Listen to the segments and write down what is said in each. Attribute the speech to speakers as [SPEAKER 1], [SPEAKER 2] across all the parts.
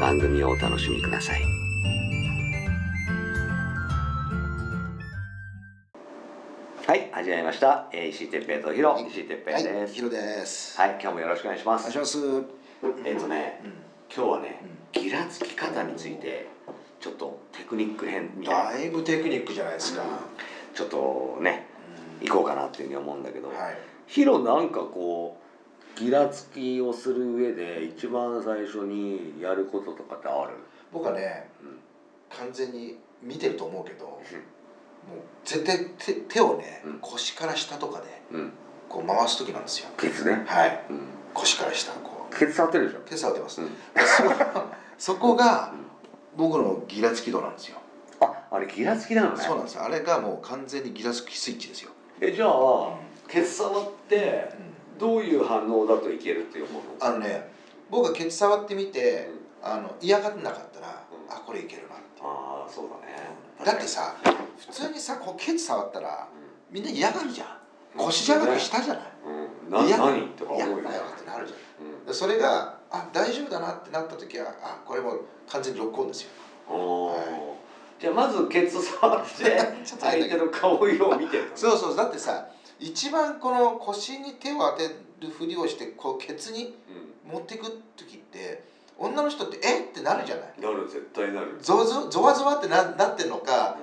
[SPEAKER 1] 番組をお楽しみください。はい、始めました。えー石井哲平とヒロ、
[SPEAKER 2] はい
[SPEAKER 1] 石井哲平
[SPEAKER 2] はい、
[SPEAKER 1] で
[SPEAKER 2] ヒ
[SPEAKER 1] す。
[SPEAKER 2] ロです。
[SPEAKER 1] はい、今日もよろしくお願いしま
[SPEAKER 2] お願い
[SPEAKER 1] す
[SPEAKER 2] し。ます。うん、
[SPEAKER 1] えっ、とね、今日はね、ギラつき方についてちょっとテクニック編みたいな
[SPEAKER 2] だいぶテクニックじゃないですか。
[SPEAKER 1] ちょっとね行こうかなっていうふうに思うんだけど、
[SPEAKER 2] はい。
[SPEAKER 1] ヒロなんかこうギラつきをする上で一番最初にやることとかってある
[SPEAKER 2] 僕はね、
[SPEAKER 1] うん
[SPEAKER 2] 完全に見てると思うけど、もう絶対手手をね、
[SPEAKER 1] うん
[SPEAKER 2] 腰から下とかで
[SPEAKER 1] うん
[SPEAKER 2] こう回す時なんですよ。
[SPEAKER 1] ケツね、
[SPEAKER 2] はい。
[SPEAKER 1] うん、
[SPEAKER 2] 腰から下こ
[SPEAKER 1] ケツ触ってるでしょ
[SPEAKER 2] う。手触ってます。
[SPEAKER 1] うん
[SPEAKER 2] そこが僕のギラつき度なんですよ。
[SPEAKER 1] ああれギラつきなのね
[SPEAKER 2] そうなんですよ。あれがもう完全にギラつきスイッチですよ。
[SPEAKER 1] えじゃあケツ触って
[SPEAKER 2] うん
[SPEAKER 1] どういう反応だといけるって思うの
[SPEAKER 2] あのね、僕はケツ触ってみて
[SPEAKER 1] う、ん
[SPEAKER 2] あの嫌がってなかったら、
[SPEAKER 1] うん
[SPEAKER 2] あこれいけるなって。
[SPEAKER 1] ああそうだね
[SPEAKER 2] だってさ普通にさこうケツ触ったら
[SPEAKER 1] う
[SPEAKER 2] みんな嫌がるじゃん
[SPEAKER 1] ん
[SPEAKER 2] 腰じゃなくて下じゃない
[SPEAKER 1] うん、な
[SPEAKER 2] 嫌だ
[SPEAKER 1] 何とか思
[SPEAKER 2] 嫌
[SPEAKER 1] う
[SPEAKER 2] だ
[SPEAKER 1] よ
[SPEAKER 2] よ
[SPEAKER 1] ね
[SPEAKER 2] ってなるじゃんでそれがあ大丈夫だなってなった時はあこれもう完全にロックオンですよ
[SPEAKER 1] うん、おー
[SPEAKER 2] は
[SPEAKER 1] じゃあまずケツ触って
[SPEAKER 2] ちょっと変
[SPEAKER 1] 相
[SPEAKER 2] だけ
[SPEAKER 1] 手
[SPEAKER 2] ど
[SPEAKER 1] の顔色を見てる
[SPEAKER 2] そうそうだってさ一番この腰に手を当てるふりをしてこうケツに
[SPEAKER 1] う
[SPEAKER 2] 持ってく時って女の人ってえってなるじゃない
[SPEAKER 1] ん、なる絶対なる、
[SPEAKER 2] ゾワゾワゾワゾワってななってるの
[SPEAKER 1] あ
[SPEAKER 2] か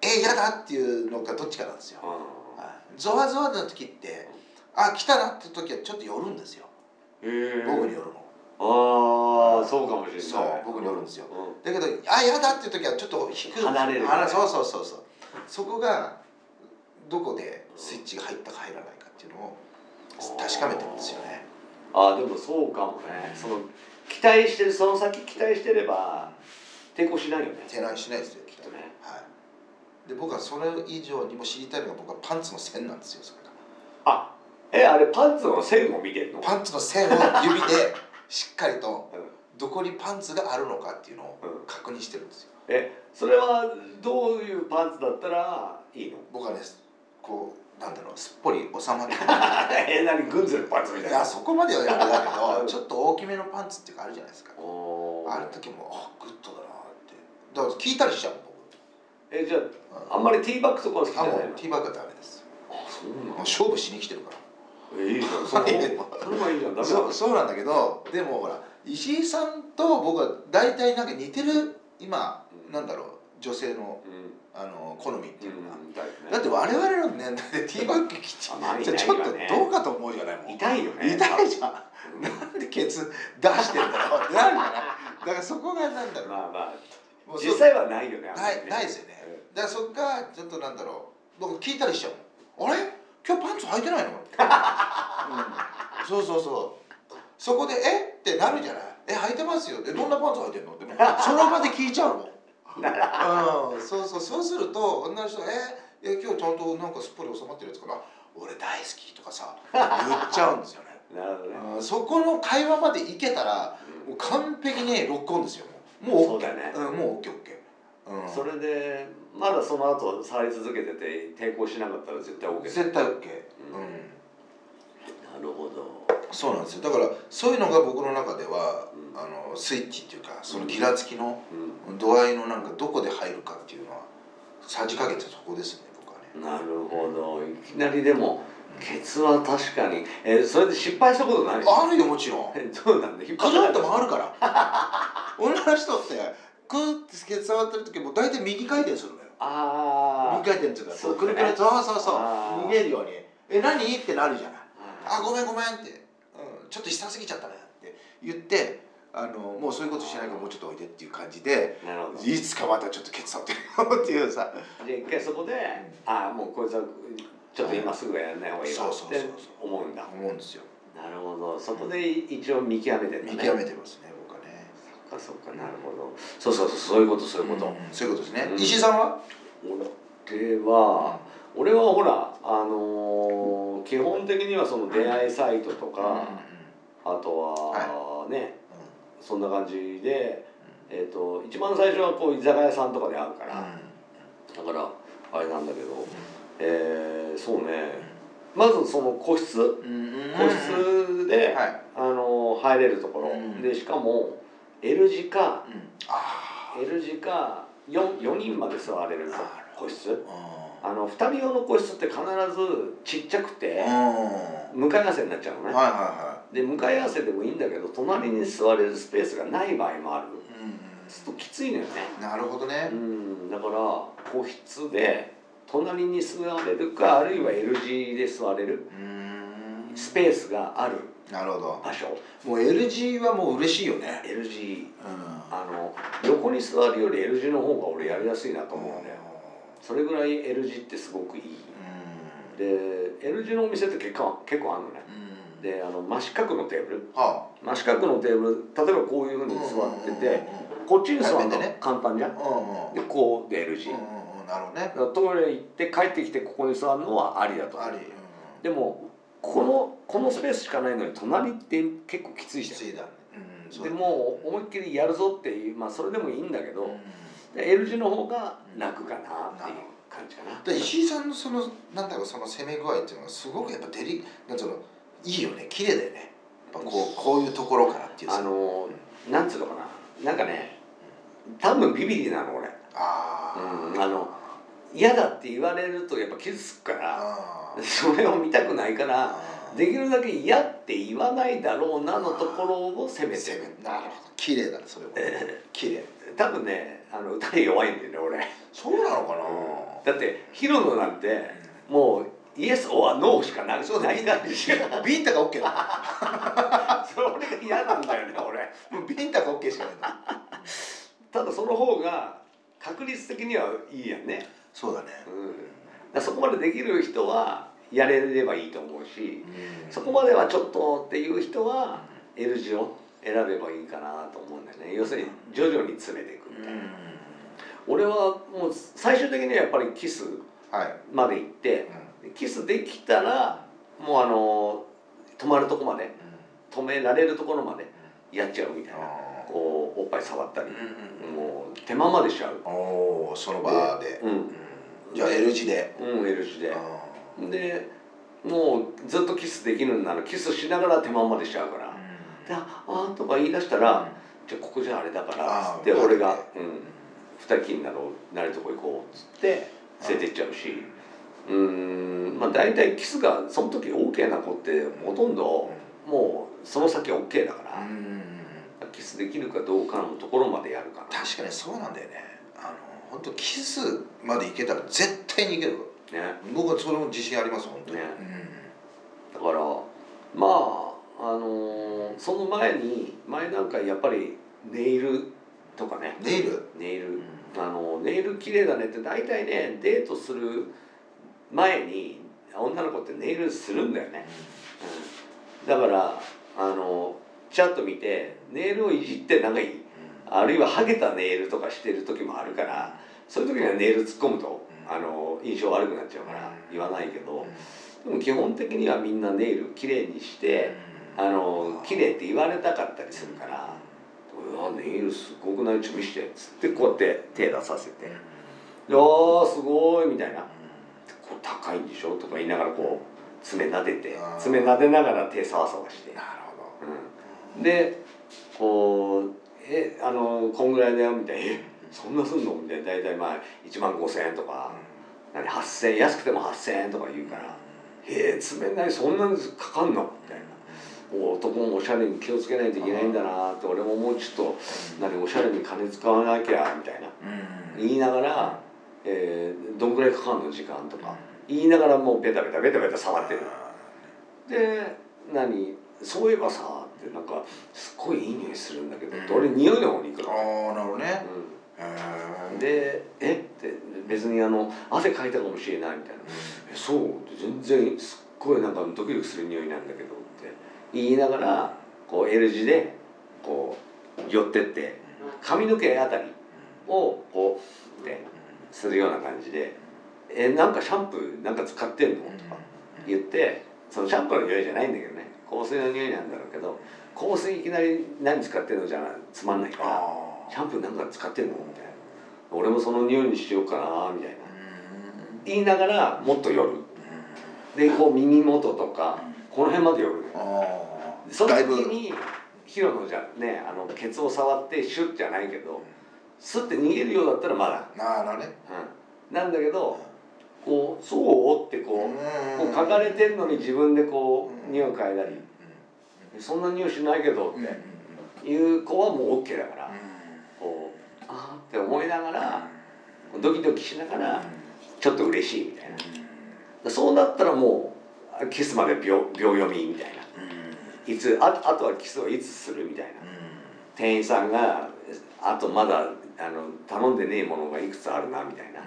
[SPEAKER 2] え嫌だっていうのかどっちかなんですよゾワゾワの時ってあ来たなって時はちょっと寄るんですよ
[SPEAKER 1] へえ
[SPEAKER 2] 僕によるの
[SPEAKER 1] ああそうかもしれない
[SPEAKER 2] そう僕によるんですよ
[SPEAKER 1] う
[SPEAKER 2] だけどあ嫌だっていう時はちょっと引く
[SPEAKER 1] 離れる
[SPEAKER 2] あそうそうそうそうそこがどこでスイッチが入ったか入らないかっていうのを確かめてるんですよね
[SPEAKER 1] ん、ああでもそうかもねその期待してるその先期待してれば抵抗しないよね
[SPEAKER 2] 手乱しないですよ
[SPEAKER 1] きっとね
[SPEAKER 2] はいで僕はそれ以上にも知りたいのが僕はパンツの線なんですよそれが
[SPEAKER 1] あえあれパンツの線を見てんの
[SPEAKER 2] パンツの線を指でしっかりとどこにパンツがあるのかっていうのを
[SPEAKER 1] うん
[SPEAKER 2] 確認してるんですよ
[SPEAKER 1] えそれはどういうパンツだったらいいの
[SPEAKER 2] 僕はねこうなんだろうすっぽり収まる
[SPEAKER 1] え何グンズルパン ツみたい
[SPEAKER 2] い
[SPEAKER 1] な
[SPEAKER 2] やそこまではやらないけ
[SPEAKER 1] うん
[SPEAKER 2] どちょっと大きめのパンツっていうかあるじゃないですか
[SPEAKER 1] おー
[SPEAKER 2] ある時もあグッドだなってだから聞いたりしちゃうもん
[SPEAKER 1] えじゃ
[SPEAKER 2] 僕
[SPEAKER 1] ああんまりティーバッグとかは好きじゃ
[SPEAKER 2] あ
[SPEAKER 1] ない
[SPEAKER 2] も
[SPEAKER 1] の
[SPEAKER 2] うティーバッグはダメです
[SPEAKER 1] あそう
[SPEAKER 2] も
[SPEAKER 1] な
[SPEAKER 2] う勝負しに来てるか
[SPEAKER 1] のえいいじゃんその
[SPEAKER 2] いやいや
[SPEAKER 1] その方がいいじゃんダ
[SPEAKER 2] ら
[SPEAKER 1] メだ
[SPEAKER 2] そうそうなんだけどでもほら石井さんと僕は大体なんか似てる今
[SPEAKER 1] うん
[SPEAKER 2] なんだろう女性の
[SPEAKER 1] うん
[SPEAKER 2] あの好みっていうのが、
[SPEAKER 1] うん痛いね
[SPEAKER 2] だって我々の年代でティーバッグきち
[SPEAKER 1] あまり
[SPEAKER 2] じ
[SPEAKER 1] ない
[SPEAKER 2] ゃ
[SPEAKER 1] よね
[SPEAKER 2] ちょっとどうかと思うじゃないもん
[SPEAKER 1] 痛いよね
[SPEAKER 2] 痛いじゃん
[SPEAKER 1] うん
[SPEAKER 2] なんでケツ出してんだろうってなるじゃないだからそこがなんだろう
[SPEAKER 1] まあま
[SPEAKER 2] も
[SPEAKER 1] あ
[SPEAKER 2] うそ
[SPEAKER 1] 実際はないよねあんま
[SPEAKER 2] な
[SPEAKER 1] り
[SPEAKER 2] いないですよねだからそっからちょっとなんだろう僕聞いたりしちゃうもんあれ今日パンツ履い てないの、うん、そうそうそうそこで「えっ?」てなるじゃない「え履いてますよ」って「どんなパンツ履いてん の?」ってもうその場で聞いちゃうもんうん、そうそうそうすると女の人が「えいや今日ちゃんとなんかすっぽり収まってるやつかな俺大好き」とかさ言っちゃうんです よね
[SPEAKER 1] なるほどね
[SPEAKER 2] うんそこの会話までいけたらもう完璧にロックオンですよもう
[SPEAKER 1] そ
[SPEAKER 2] もう
[SPEAKER 1] う
[SPEAKER 2] OK
[SPEAKER 1] だね
[SPEAKER 2] うん、もう OKOK、うん、
[SPEAKER 1] それでまだその後触り続けてて抵抗しなかったら絶対 OK
[SPEAKER 2] 絶対 OK、うん
[SPEAKER 1] なるほど
[SPEAKER 2] そうなんですよだからそういうのが僕の中では、
[SPEAKER 1] うん
[SPEAKER 2] あのスイッチっていうかそのギラつきの
[SPEAKER 1] う
[SPEAKER 2] 度合いのなんかどこで入るかっていうのはさじ加減ってそこですね僕はね
[SPEAKER 1] んなるほどいきなりでもケツは確かに えそれで失敗したことない
[SPEAKER 2] あるよもちろん
[SPEAKER 1] えどうなんだ引っ張
[SPEAKER 2] くる
[SPEAKER 1] ら
[SPEAKER 2] っ
[SPEAKER 1] れ
[SPEAKER 2] と
[SPEAKER 1] た
[SPEAKER 2] 回るから 女の人ってクーってケツ触ってる時も大体右回転するのよ
[SPEAKER 1] あ
[SPEAKER 2] 右回転っていうか
[SPEAKER 1] そうだね
[SPEAKER 2] くるくるそうそうそう
[SPEAKER 1] あー
[SPEAKER 2] 逃げるように「え何?」ってなるじゃない「
[SPEAKER 1] あ
[SPEAKER 2] あごめんごめん」って、うん「ちょっと下すぎちゃったね」って言ってあのもうそういうことしないからもうちょっとおいでっていう感じで
[SPEAKER 1] なるほど
[SPEAKER 2] いつかまたちょっとケツ触ってるよっていうさ
[SPEAKER 1] で一回そこでああもうこいつはちょっと今すぐはやらない方がいいわ
[SPEAKER 2] そうそうそう
[SPEAKER 1] っ
[SPEAKER 2] そう
[SPEAKER 1] て思うんだ
[SPEAKER 2] 思うんですよ
[SPEAKER 1] なるほどそこで一応見極めてんだ
[SPEAKER 2] 見
[SPEAKER 1] ね
[SPEAKER 2] 極めてますね僕はね
[SPEAKER 1] そっかそっかなるほどそうそうそうそういうことそういうこと、
[SPEAKER 2] んそういうことですね、
[SPEAKER 1] うん
[SPEAKER 2] 石井さんは
[SPEAKER 1] 俺は俺はほらあのー基本的にはその出会いサイトとか、あとはね、そんな感じで、えー、と一番最初はこう居酒屋さんとかで会うから、だからあれなんだけど、えーそうねまずその個室
[SPEAKER 2] うんうんうんうん
[SPEAKER 1] 個室で、
[SPEAKER 2] はい
[SPEAKER 1] あのー入れるところ、
[SPEAKER 2] うん
[SPEAKER 1] でしかも L 字か
[SPEAKER 2] あ
[SPEAKER 1] L 字か 4, 4人まで座れる
[SPEAKER 2] なるほ
[SPEAKER 1] 個室
[SPEAKER 2] あ
[SPEAKER 1] あの2人用の個室って必ずちっちゃくて
[SPEAKER 2] うん
[SPEAKER 1] 向かい合わせになっちゃうの
[SPEAKER 2] はいはい
[SPEAKER 1] ね、
[SPEAKER 2] は
[SPEAKER 1] で向かい合わせでもいいんだけど隣に座れるスペースがない場合もある
[SPEAKER 2] いうん
[SPEAKER 1] ちょっときついのよね
[SPEAKER 2] うんなるほどね
[SPEAKER 1] うんだから個室で隣に座れるかあるいは L 字で座れる
[SPEAKER 2] うん
[SPEAKER 1] スペースがある
[SPEAKER 2] なるほど
[SPEAKER 1] 場所
[SPEAKER 2] もう L g はもう嬉しいよね
[SPEAKER 1] L 字
[SPEAKER 2] うん
[SPEAKER 1] あの横に座るより L 字の方が俺やりやすいなと思うんだよそれぐらい L 字ってすごくいい
[SPEAKER 2] うん
[SPEAKER 1] で L 字のお店って結構結構あるのね
[SPEAKER 2] うん
[SPEAKER 1] であの真四角のテーブル
[SPEAKER 2] は
[SPEAKER 1] 真四角のテーブル例えばこういうふう
[SPEAKER 2] あ
[SPEAKER 1] に座ってて、
[SPEAKER 2] うん
[SPEAKER 1] こっちに座る
[SPEAKER 2] 対面
[SPEAKER 1] の
[SPEAKER 2] でね
[SPEAKER 1] 簡単じゃん
[SPEAKER 2] うんうん
[SPEAKER 1] でこうで L 字、
[SPEAKER 2] うんうんうんなるほどね
[SPEAKER 1] だからトイレ行って帰ってきてここに座るのはありだと
[SPEAKER 2] あり
[SPEAKER 1] でもこのこのスペースしかないのに隣って結構きついじ
[SPEAKER 2] き
[SPEAKER 1] ゃん
[SPEAKER 2] ついだうんそう
[SPEAKER 1] でもう思いっきりやるぞっていうまあそれでもいいんだけ
[SPEAKER 2] う
[SPEAKER 1] ど、
[SPEAKER 2] ん
[SPEAKER 1] で L 字の方が楽かなっていう感じかな
[SPEAKER 2] で石井さんのそのなんだろうその攻め具合っていうのがすごくやっぱデリなんつうのいいよね綺麗だよねやっぱこうこういうところからっていう
[SPEAKER 1] あ
[SPEAKER 2] さ
[SPEAKER 1] のーなんつうのかななんかね多分ビビリなの俺
[SPEAKER 2] あー
[SPEAKER 1] うんあの嫌だって言われるとやっぱ傷つくから
[SPEAKER 2] あー
[SPEAKER 1] それを見たくないから
[SPEAKER 2] あー
[SPEAKER 1] できるだけ嫌って言わないだろうなのところを攻めて
[SPEAKER 2] 攻
[SPEAKER 1] る
[SPEAKER 2] めなるほど綺麗だねそれも綺麗
[SPEAKER 1] 多分ねあの歌に弱いんだよね俺
[SPEAKER 2] そうなのか
[SPEAKER 1] だってヒロノなんて
[SPEAKER 2] な
[SPEAKER 1] もうイエスオアノーしかな
[SPEAKER 2] そうだ
[SPEAKER 1] ない
[SPEAKER 2] ビン
[SPEAKER 1] な
[SPEAKER 2] タ
[SPEAKER 1] いし
[SPEAKER 2] ビンタが OK だ
[SPEAKER 1] それ俺が嫌なんだよね俺
[SPEAKER 2] もうビンタが OK しかないんだ
[SPEAKER 1] ただその方が確率的にはいいやんね、
[SPEAKER 2] そうだね
[SPEAKER 1] うん、だからそこまでできる人はやれればいいと思うしそ
[SPEAKER 2] そ
[SPEAKER 1] こまではちょっとっていう人は L 字を選べばいいかなと思うんだよね要するに徐々に詰めていくみたいな、俺はもう最終的にはやっぱりキス
[SPEAKER 2] はい
[SPEAKER 1] まで行ってキスできたらもうあの止まるとこまで止められるところまでやっちゃうみたいな
[SPEAKER 2] あ
[SPEAKER 1] こうおっぱい触ったり
[SPEAKER 2] ー
[SPEAKER 1] もう手間までしちゃう
[SPEAKER 2] おおその場で
[SPEAKER 1] うん
[SPEAKER 2] じゃあ L 字で
[SPEAKER 1] うん L 字で
[SPEAKER 2] あー
[SPEAKER 1] でもうずっとキスできるんならキスしながら手間までしちゃうからで「ああー」とか言い出したら「じゃあここじゃあれだから」
[SPEAKER 2] あー
[SPEAKER 1] つって
[SPEAKER 2] そうだね
[SPEAKER 1] 俺が「うん二人きりになろうなるとこ行こう」っつって連れてっちゃうしうーんまあ大体キスがその時 OK な子ってほとんどもうその先は OK だから、キスできるかどうかのところまでやるかな
[SPEAKER 2] 確かにそうなんだよねあの本当キスまでいけたら絶対にいけるわ
[SPEAKER 1] ね
[SPEAKER 2] 僕はそれも自信あります本当に、
[SPEAKER 1] ね
[SPEAKER 2] う
[SPEAKER 1] だからまああのーその前に前なんかやっぱりネイルとかね
[SPEAKER 2] ん、ネイル、
[SPEAKER 1] ネイルあのネイル綺麗だねって大体ねデートする前に女の子ってネイルするんだよね、うん、だからあのチャッと見てネイルをいじってなんかいいあるいはハゲたネイルとかしてる時もあるからそういう時にはネイル突っ込むと、
[SPEAKER 2] うん
[SPEAKER 1] あの印象悪くなっちゃうから
[SPEAKER 2] うん
[SPEAKER 1] 言わないけど、でも基本的にはみんなネイル綺麗にして、あの綺麗って言われたかったりするから「うわネイルすごくないちょっと見して」っつってこうやって手出させて「いやーすごい」みたいな「これ高いんでしょ?」とか言いながらこう爪撫でて
[SPEAKER 2] あー
[SPEAKER 1] 爪撫でながら手サワサワして。
[SPEAKER 2] なるほ
[SPEAKER 1] うん
[SPEAKER 2] ど
[SPEAKER 1] でこう「えあのこんぐらいだよ」みたいな「えそんなすんの?」みたいな大体まあ1万5,000円とか何8,000円安くても8,000円とか言うから「へえ冷ないそんなにかかんの?」みたいなお男もおしゃれに気をつけないといけないんだなって俺ももうちょっと何おしゃれに金使わなきゃみたいな
[SPEAKER 2] うん
[SPEAKER 1] 言いながら、えーどんぐらいかかるの時間とか言いながらもうベタベタベタベタ触ってるで何そういえばさってなんかすっごいいい匂いするんだけどって俺匂いの方に行く
[SPEAKER 2] あ
[SPEAKER 1] の、
[SPEAKER 2] あなるほどね
[SPEAKER 1] うん
[SPEAKER 2] へー
[SPEAKER 1] で「えっ?」て別にあの汗かいたかもしれないみたいな「えそう?」って全然すっごいなんかドキドキする匂いなんだけどって言いながらこう L 字でこう寄ってって髪の毛あたりをこうってするような感じで「えなんかシャンプーなんか使ってんの?」とか言ってそのシャンプーの匂いじゃないんだけどね香水の匂いなんだろうけど香水いきなり何使ってんのじゃつまんないから。
[SPEAKER 2] あ
[SPEAKER 1] シ
[SPEAKER 2] ー
[SPEAKER 1] ャンプーなんか使ってんのみたいな俺もその匂いにしようかなみたいな
[SPEAKER 2] うん
[SPEAKER 1] 言いながらもっと寄るでこう耳元とかこの辺まで寄るね
[SPEAKER 2] あー
[SPEAKER 1] その
[SPEAKER 2] だ
[SPEAKER 1] 時
[SPEAKER 2] いぶ
[SPEAKER 1] にヒロのじゃねあのケツを触ってシュッじゃないけどスッて逃げるようだったらまだ、
[SPEAKER 2] なるほどね
[SPEAKER 1] うん、なんだけどこう「そう?」ってこうこう書かれてんのに自分でこう匂い嗅いだ
[SPEAKER 2] うん
[SPEAKER 1] り「そんな匂いしないけど」
[SPEAKER 2] うんう
[SPEAKER 1] っ
[SPEAKER 2] ん
[SPEAKER 1] ていう子はもう OK だから
[SPEAKER 2] う
[SPEAKER 1] こう「あーって思いながら
[SPEAKER 2] ん
[SPEAKER 1] ドキドキしながら。ちょっと嬉しいみたいな
[SPEAKER 2] う
[SPEAKER 1] そうなったらもうキスまで秒秒読みみたいなん
[SPEAKER 2] うん
[SPEAKER 1] いつああとはキスをいつするみたいな店員さんがあとまだあの頼んでねえものがいくつあるなみたいな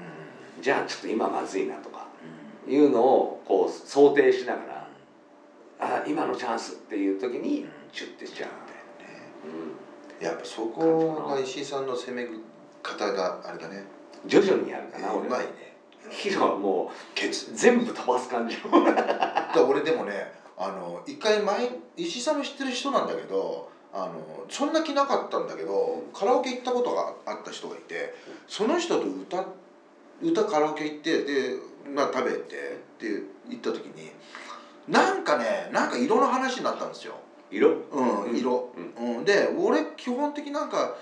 [SPEAKER 1] じゃあちょっと今まずいなとかいうのをこう想定しながらあ今のチャンスっていう時にチュッてしちゃうみたいな、
[SPEAKER 2] やっぱそこが石井さんの攻め方があれだね
[SPEAKER 1] うん、徐々にやるかな
[SPEAKER 2] う
[SPEAKER 1] 俺
[SPEAKER 2] まいね
[SPEAKER 1] ヒロはも
[SPEAKER 2] ケ
[SPEAKER 1] う
[SPEAKER 2] ツ
[SPEAKER 1] 全部飛ばす感じ
[SPEAKER 2] だから俺でもねあの一回前石井さんの知ってる人なんだけどあのそんな気なかったんだけどカラオケ行ったことがあった人がいてその人と歌歌カラオケ行ってで、まあ、食べてって行った時になんかねなんか色の話になったんですよ、
[SPEAKER 1] 色
[SPEAKER 2] うん
[SPEAKER 1] うん
[SPEAKER 2] 色、うん、で俺基本的になんか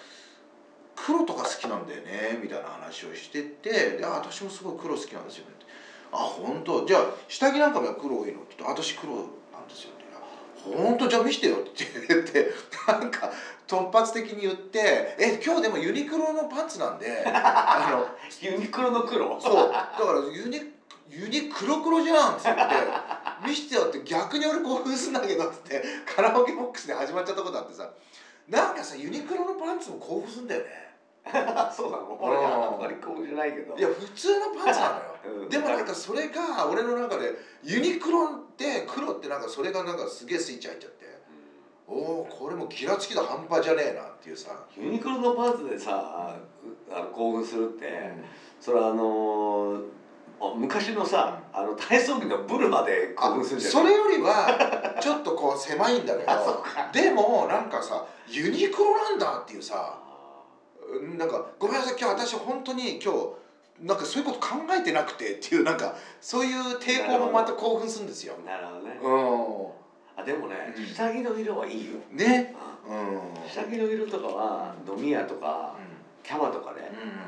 [SPEAKER 2] 黒とか好きなんだよねみたいな話をしてて「であ私もすごい黒好きなんですよね」って「あ本当じゃあ下着なんかも黒多いの?」って言って「私黒なんですよ」って言ったら「本当じゃあ見してよ」って言ってなんか突発的に言って「え今日でもユニクロのパンツなんで あの
[SPEAKER 1] ユニクロの黒
[SPEAKER 2] そうだからユニユニクロクロじゃんっつって見してよって逆に俺興奮するんだけどっつってカラオケボックスで始まっちゃったことあってさなんかさユニクロのパンツも興奮するんだよね
[SPEAKER 1] あそうなの俺はあんまりこうじゃないけど
[SPEAKER 2] いや普通のパンツなのよ
[SPEAKER 1] うん
[SPEAKER 2] でもなんかそれが俺の中でユニクロって黒ってなんかそれがなんかすげえスイッチ入っちゃっておおこれもギラつきだ半端じゃねえなっていうさ、
[SPEAKER 1] ユニクロのパーツでさあの興奮するって、それはあのーあ昔のさあの体操着のブルマで興奮するんじゃ
[SPEAKER 2] そ
[SPEAKER 1] ない
[SPEAKER 2] れよりはちょっとこう狭いんだけ どでもなんかさユニクロなんだっていうさ
[SPEAKER 1] あ
[SPEAKER 2] うんなんかごめんなさい今日私本当に今日なんかそういうこと考えてなくてっていうなんかそういう抵抗もまた興奮するんですよ
[SPEAKER 1] ー。なるほどね、
[SPEAKER 2] う
[SPEAKER 1] あでもね、
[SPEAKER 2] うん
[SPEAKER 1] 下着の色はいいよ、
[SPEAKER 2] んね。
[SPEAKER 1] う
[SPEAKER 2] うん。うん。
[SPEAKER 1] ん下着の色とかは飲み屋とかキャバとかで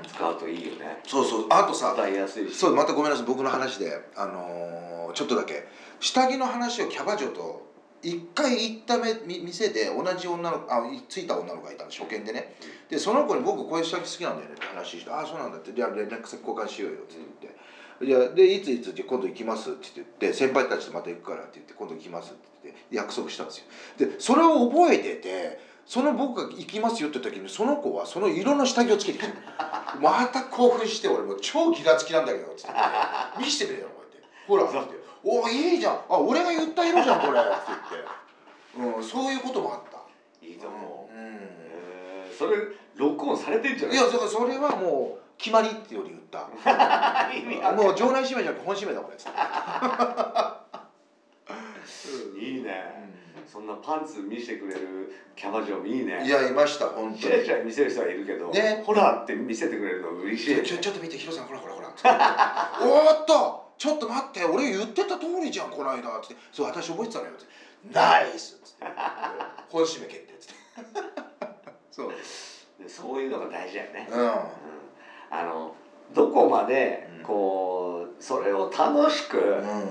[SPEAKER 1] 使うといいよね
[SPEAKER 2] そうそうあとさ
[SPEAKER 1] 使いやすいし
[SPEAKER 2] そうまたごめんなさい僕の話であのーちょっとだけ下着の話をキャバ嬢と一回行っためみ店で同じ女の子あいついた女の子がいたの初見でねでその子に「僕こういう下着好きなんだよね」って話して「ああそうなんだ」って「じゃあ連絡先交換しようよ」って言って。じゃあでいついつ今度行きますって言って先輩たちとまた行くからって言って今度行きますって言って約束したんですよでそれを覚えててその僕が行きますよって時にその子はその色の下着をつけてきたまた興奮して俺もう超ギラつきなんだけどっつって見してくれよこうやってほらっつっておいいじゃんあ俺が言った色じゃんこれって言って、うん、そういうこともあった
[SPEAKER 1] いいと思う、
[SPEAKER 2] うん
[SPEAKER 1] えーそれ録音されてんじゃない
[SPEAKER 2] いやだからそれはもう決まりってより言った
[SPEAKER 1] 意味ある
[SPEAKER 2] もう場内指名じゃなくて本指名だこれっつって
[SPEAKER 1] いいね、そんなパンツ見せてくれるキャバ嬢もいいね
[SPEAKER 2] いやいました本
[SPEAKER 1] チ
[SPEAKER 2] 当
[SPEAKER 1] ラチ
[SPEAKER 2] に
[SPEAKER 1] ラ見せる人はいるけど、
[SPEAKER 2] ね
[SPEAKER 1] ほらって見せてくれるの嬉しい、ね、
[SPEAKER 2] ちょちょっと見てヒロさんほらほらほらおーっとちょっと待って俺言ってた通りじゃんこの間つってそう私覚えてたのよつってナイスつって本指名決定つって そう
[SPEAKER 1] でそういうのが大事だよね、
[SPEAKER 2] うん
[SPEAKER 1] うんあのどこまで
[SPEAKER 2] うん
[SPEAKER 1] こうそれを楽しく
[SPEAKER 2] うん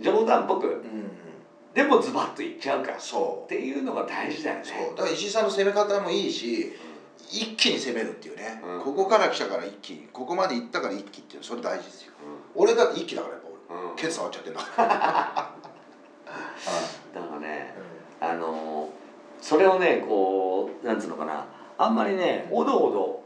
[SPEAKER 1] 冗談っぽく
[SPEAKER 2] うん
[SPEAKER 1] でもズバッといっちゃうからっ
[SPEAKER 2] そ
[SPEAKER 1] ていうのが大事だよ
[SPEAKER 2] う
[SPEAKER 1] ね
[SPEAKER 2] そうだから石井さんの攻め方もいいし一気に攻めるっていうね、
[SPEAKER 1] うん
[SPEAKER 2] ここから来たから一気にここまで行ったから一気っていうのそれ大事ですよ
[SPEAKER 1] う
[SPEAKER 2] 俺だって一気だからやっぱ俺
[SPEAKER 1] んうん
[SPEAKER 2] ケツ触っちゃってんだか ら、
[SPEAKER 1] だからね
[SPEAKER 2] うん
[SPEAKER 1] あのーそれをねこうなんつうのかなあんまりねおどおど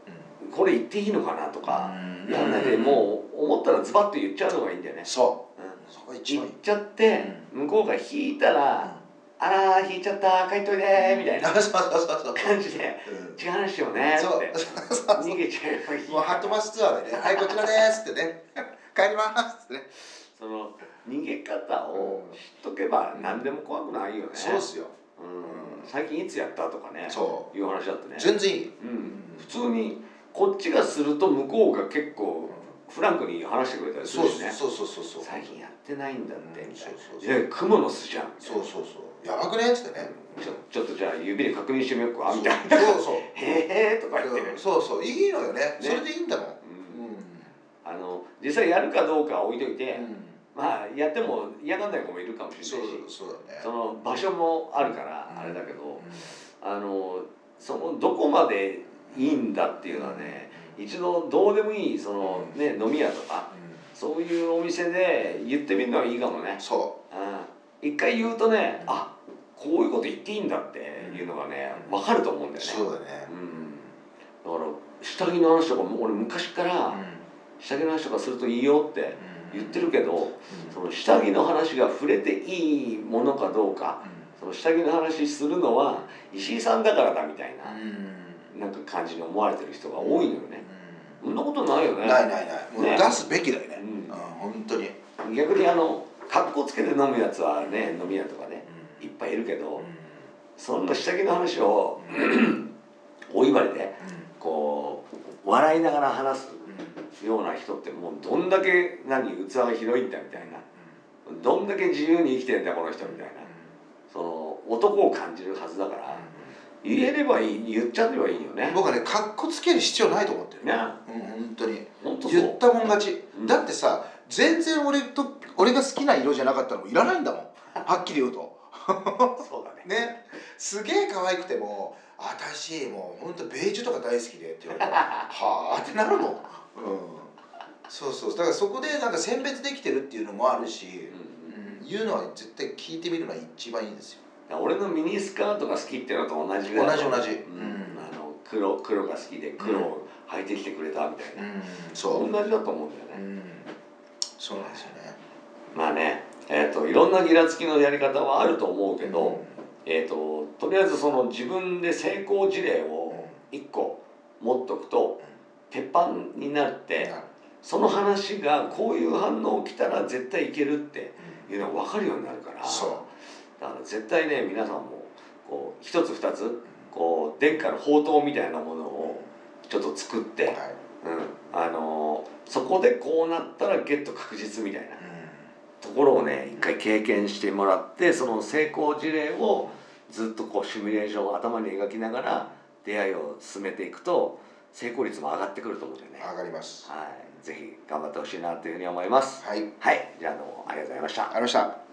[SPEAKER 1] これ言っていいのかなとか
[SPEAKER 2] うん
[SPEAKER 1] やんないでもう思ったらズバッと言っちゃうのがいいんだよね、
[SPEAKER 2] そ
[SPEAKER 1] うん
[SPEAKER 2] うそこが一
[SPEAKER 1] 言っ
[SPEAKER 2] 番いい、
[SPEAKER 1] ちゃって向こうが引いたら「あらー引いちゃった帰っといで」みたいな
[SPEAKER 2] そうそうそう そう
[SPEAKER 1] 感じで
[SPEAKER 2] うん
[SPEAKER 1] 「違う話よね」
[SPEAKER 2] そう
[SPEAKER 1] って逃げちゃえばいい
[SPEAKER 2] もうハットバスツアーでね「はいこちらです」ってね 「帰ります」ってね
[SPEAKER 1] その逃げ方を知っとけば何でも怖くないよね、
[SPEAKER 2] そうっすよ
[SPEAKER 1] うん、最近いつやったとかね
[SPEAKER 2] そ
[SPEAKER 1] いう話だったね
[SPEAKER 2] う全然い
[SPEAKER 1] う
[SPEAKER 2] い
[SPEAKER 1] ん、普通にこっちがすると向こうが結構フランクに話してくれたりす
[SPEAKER 2] そう
[SPEAKER 1] るし
[SPEAKER 2] そ
[SPEAKER 1] ね
[SPEAKER 2] うそうそうそうそう
[SPEAKER 1] 最近やってないんだってみたいな
[SPEAKER 2] そうそう
[SPEAKER 1] 「いや雲の巣じゃん」
[SPEAKER 2] そうそうそうやばくねっつってね
[SPEAKER 1] ちょちょっとじゃあ指で確認してみようかみたいな
[SPEAKER 2] そうそう
[SPEAKER 1] 「へえ」とか言ってる、
[SPEAKER 2] そうそういいのよね
[SPEAKER 1] ね
[SPEAKER 2] それでいいんだもん
[SPEAKER 1] うんあの実際やるかどうかは置いといて、
[SPEAKER 2] うん
[SPEAKER 1] まあやっても嫌がんない子もいるかもしれないし
[SPEAKER 2] そうそうそうだね
[SPEAKER 1] その場所もあるから
[SPEAKER 2] うん
[SPEAKER 1] あれだけど、
[SPEAKER 2] うん
[SPEAKER 1] あのそのどこまでいいんだっていうのはね一度どうでもいいその、
[SPEAKER 2] うん
[SPEAKER 1] ね、飲み屋とか
[SPEAKER 2] う
[SPEAKER 1] そういうお店で言ってみるのはいいかもね
[SPEAKER 2] ん、そ
[SPEAKER 1] うん、一回言うとね、
[SPEAKER 2] うん
[SPEAKER 1] あこういうこと言っていいんだっていうのがね分かると思うん
[SPEAKER 2] う
[SPEAKER 1] だよね、
[SPEAKER 2] そうだね
[SPEAKER 1] うん、だから下着の話とかも俺昔から下着の話とかするといいよって言ってるけどその下着の話が触れていいものかどうかその下着の話するのは石井さんだからだみたいな、なんか感じに思われてる人が多いのよね。そんなことないよね。
[SPEAKER 2] ないないないもう
[SPEAKER 1] ね
[SPEAKER 2] 出すべきだよね
[SPEAKER 1] う
[SPEAKER 2] うん
[SPEAKER 1] ん
[SPEAKER 2] 本当に
[SPEAKER 1] 逆にあの格好つけて飲むやつはね飲み屋とかねいっぱいいるけど、そんな下着の話をおいばりでこう笑いながら話すような人ってもうどんだけ何器が広いんだみたいなどんだけ自由に生きてんだこの人みたいなその男を感じるはずだから言えればいい言っちゃってばいいよね。
[SPEAKER 2] 僕はねかっこつける必要ないと思ってる
[SPEAKER 1] ね
[SPEAKER 2] うん本当に
[SPEAKER 1] 本当そう。
[SPEAKER 2] 言ったもん勝ち
[SPEAKER 1] うん
[SPEAKER 2] だってさ全然俺と俺が好きな色じゃなかったのもいらないんだもんはっきり言うと
[SPEAKER 1] そうだね。
[SPEAKER 2] ねすげえ可愛くても「私もうほんとベージュとか大好きで」って言われ たら「はあ」ってなるもん、うん、そうそうだからそこでなんか選別できてるっていうのもあるし、
[SPEAKER 1] うん
[SPEAKER 2] うん、言うのは絶対聞いてみるのは一番いいんですよ
[SPEAKER 1] 俺のミニスカートが好きっていうのと同じぐらい
[SPEAKER 2] 同じ同じ
[SPEAKER 1] うん
[SPEAKER 2] うん
[SPEAKER 1] あの黒黒が好きで黒を履いてきてくれたみたいな、
[SPEAKER 2] んそう、
[SPEAKER 1] 同じだと思うんだよね、
[SPEAKER 2] ん、そうなんですよね
[SPEAKER 1] まあねえー、といろんなギラつきのやり方はあると思うけど、えー、ととりあえずその自分で成功事例を1個持っとくと鉄板になってその話がこういう反応来たら絶対いけるっていうのが分かるようになるから
[SPEAKER 2] そ
[SPEAKER 1] だから絶対ね皆さんもこう一つ二つこう殿下の宝刀みたいなものをちょっと作っ
[SPEAKER 2] う
[SPEAKER 1] て、
[SPEAKER 2] は
[SPEAKER 1] う
[SPEAKER 2] い、
[SPEAKER 1] んあのーそこでこうなったらゲット確実みたいな
[SPEAKER 2] う
[SPEAKER 1] ところをね一回経験してもらってその成功事例をずっとこうシミュレーションを頭に描きながら出会いを進めていくと成功率も上がってくると思うんだよね
[SPEAKER 2] ん、。上がります
[SPEAKER 1] はい、ぜひ頑張ってほしいなというふうに思います。
[SPEAKER 2] はいありがとう
[SPEAKER 1] はい、じゃあどうもありがとうございました。
[SPEAKER 2] ございました